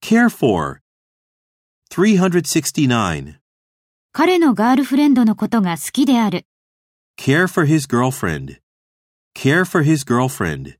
Care for. 369. 彼のガールフレンドのことが好きである。 Care for his girlfriend. Care for his girlfriend.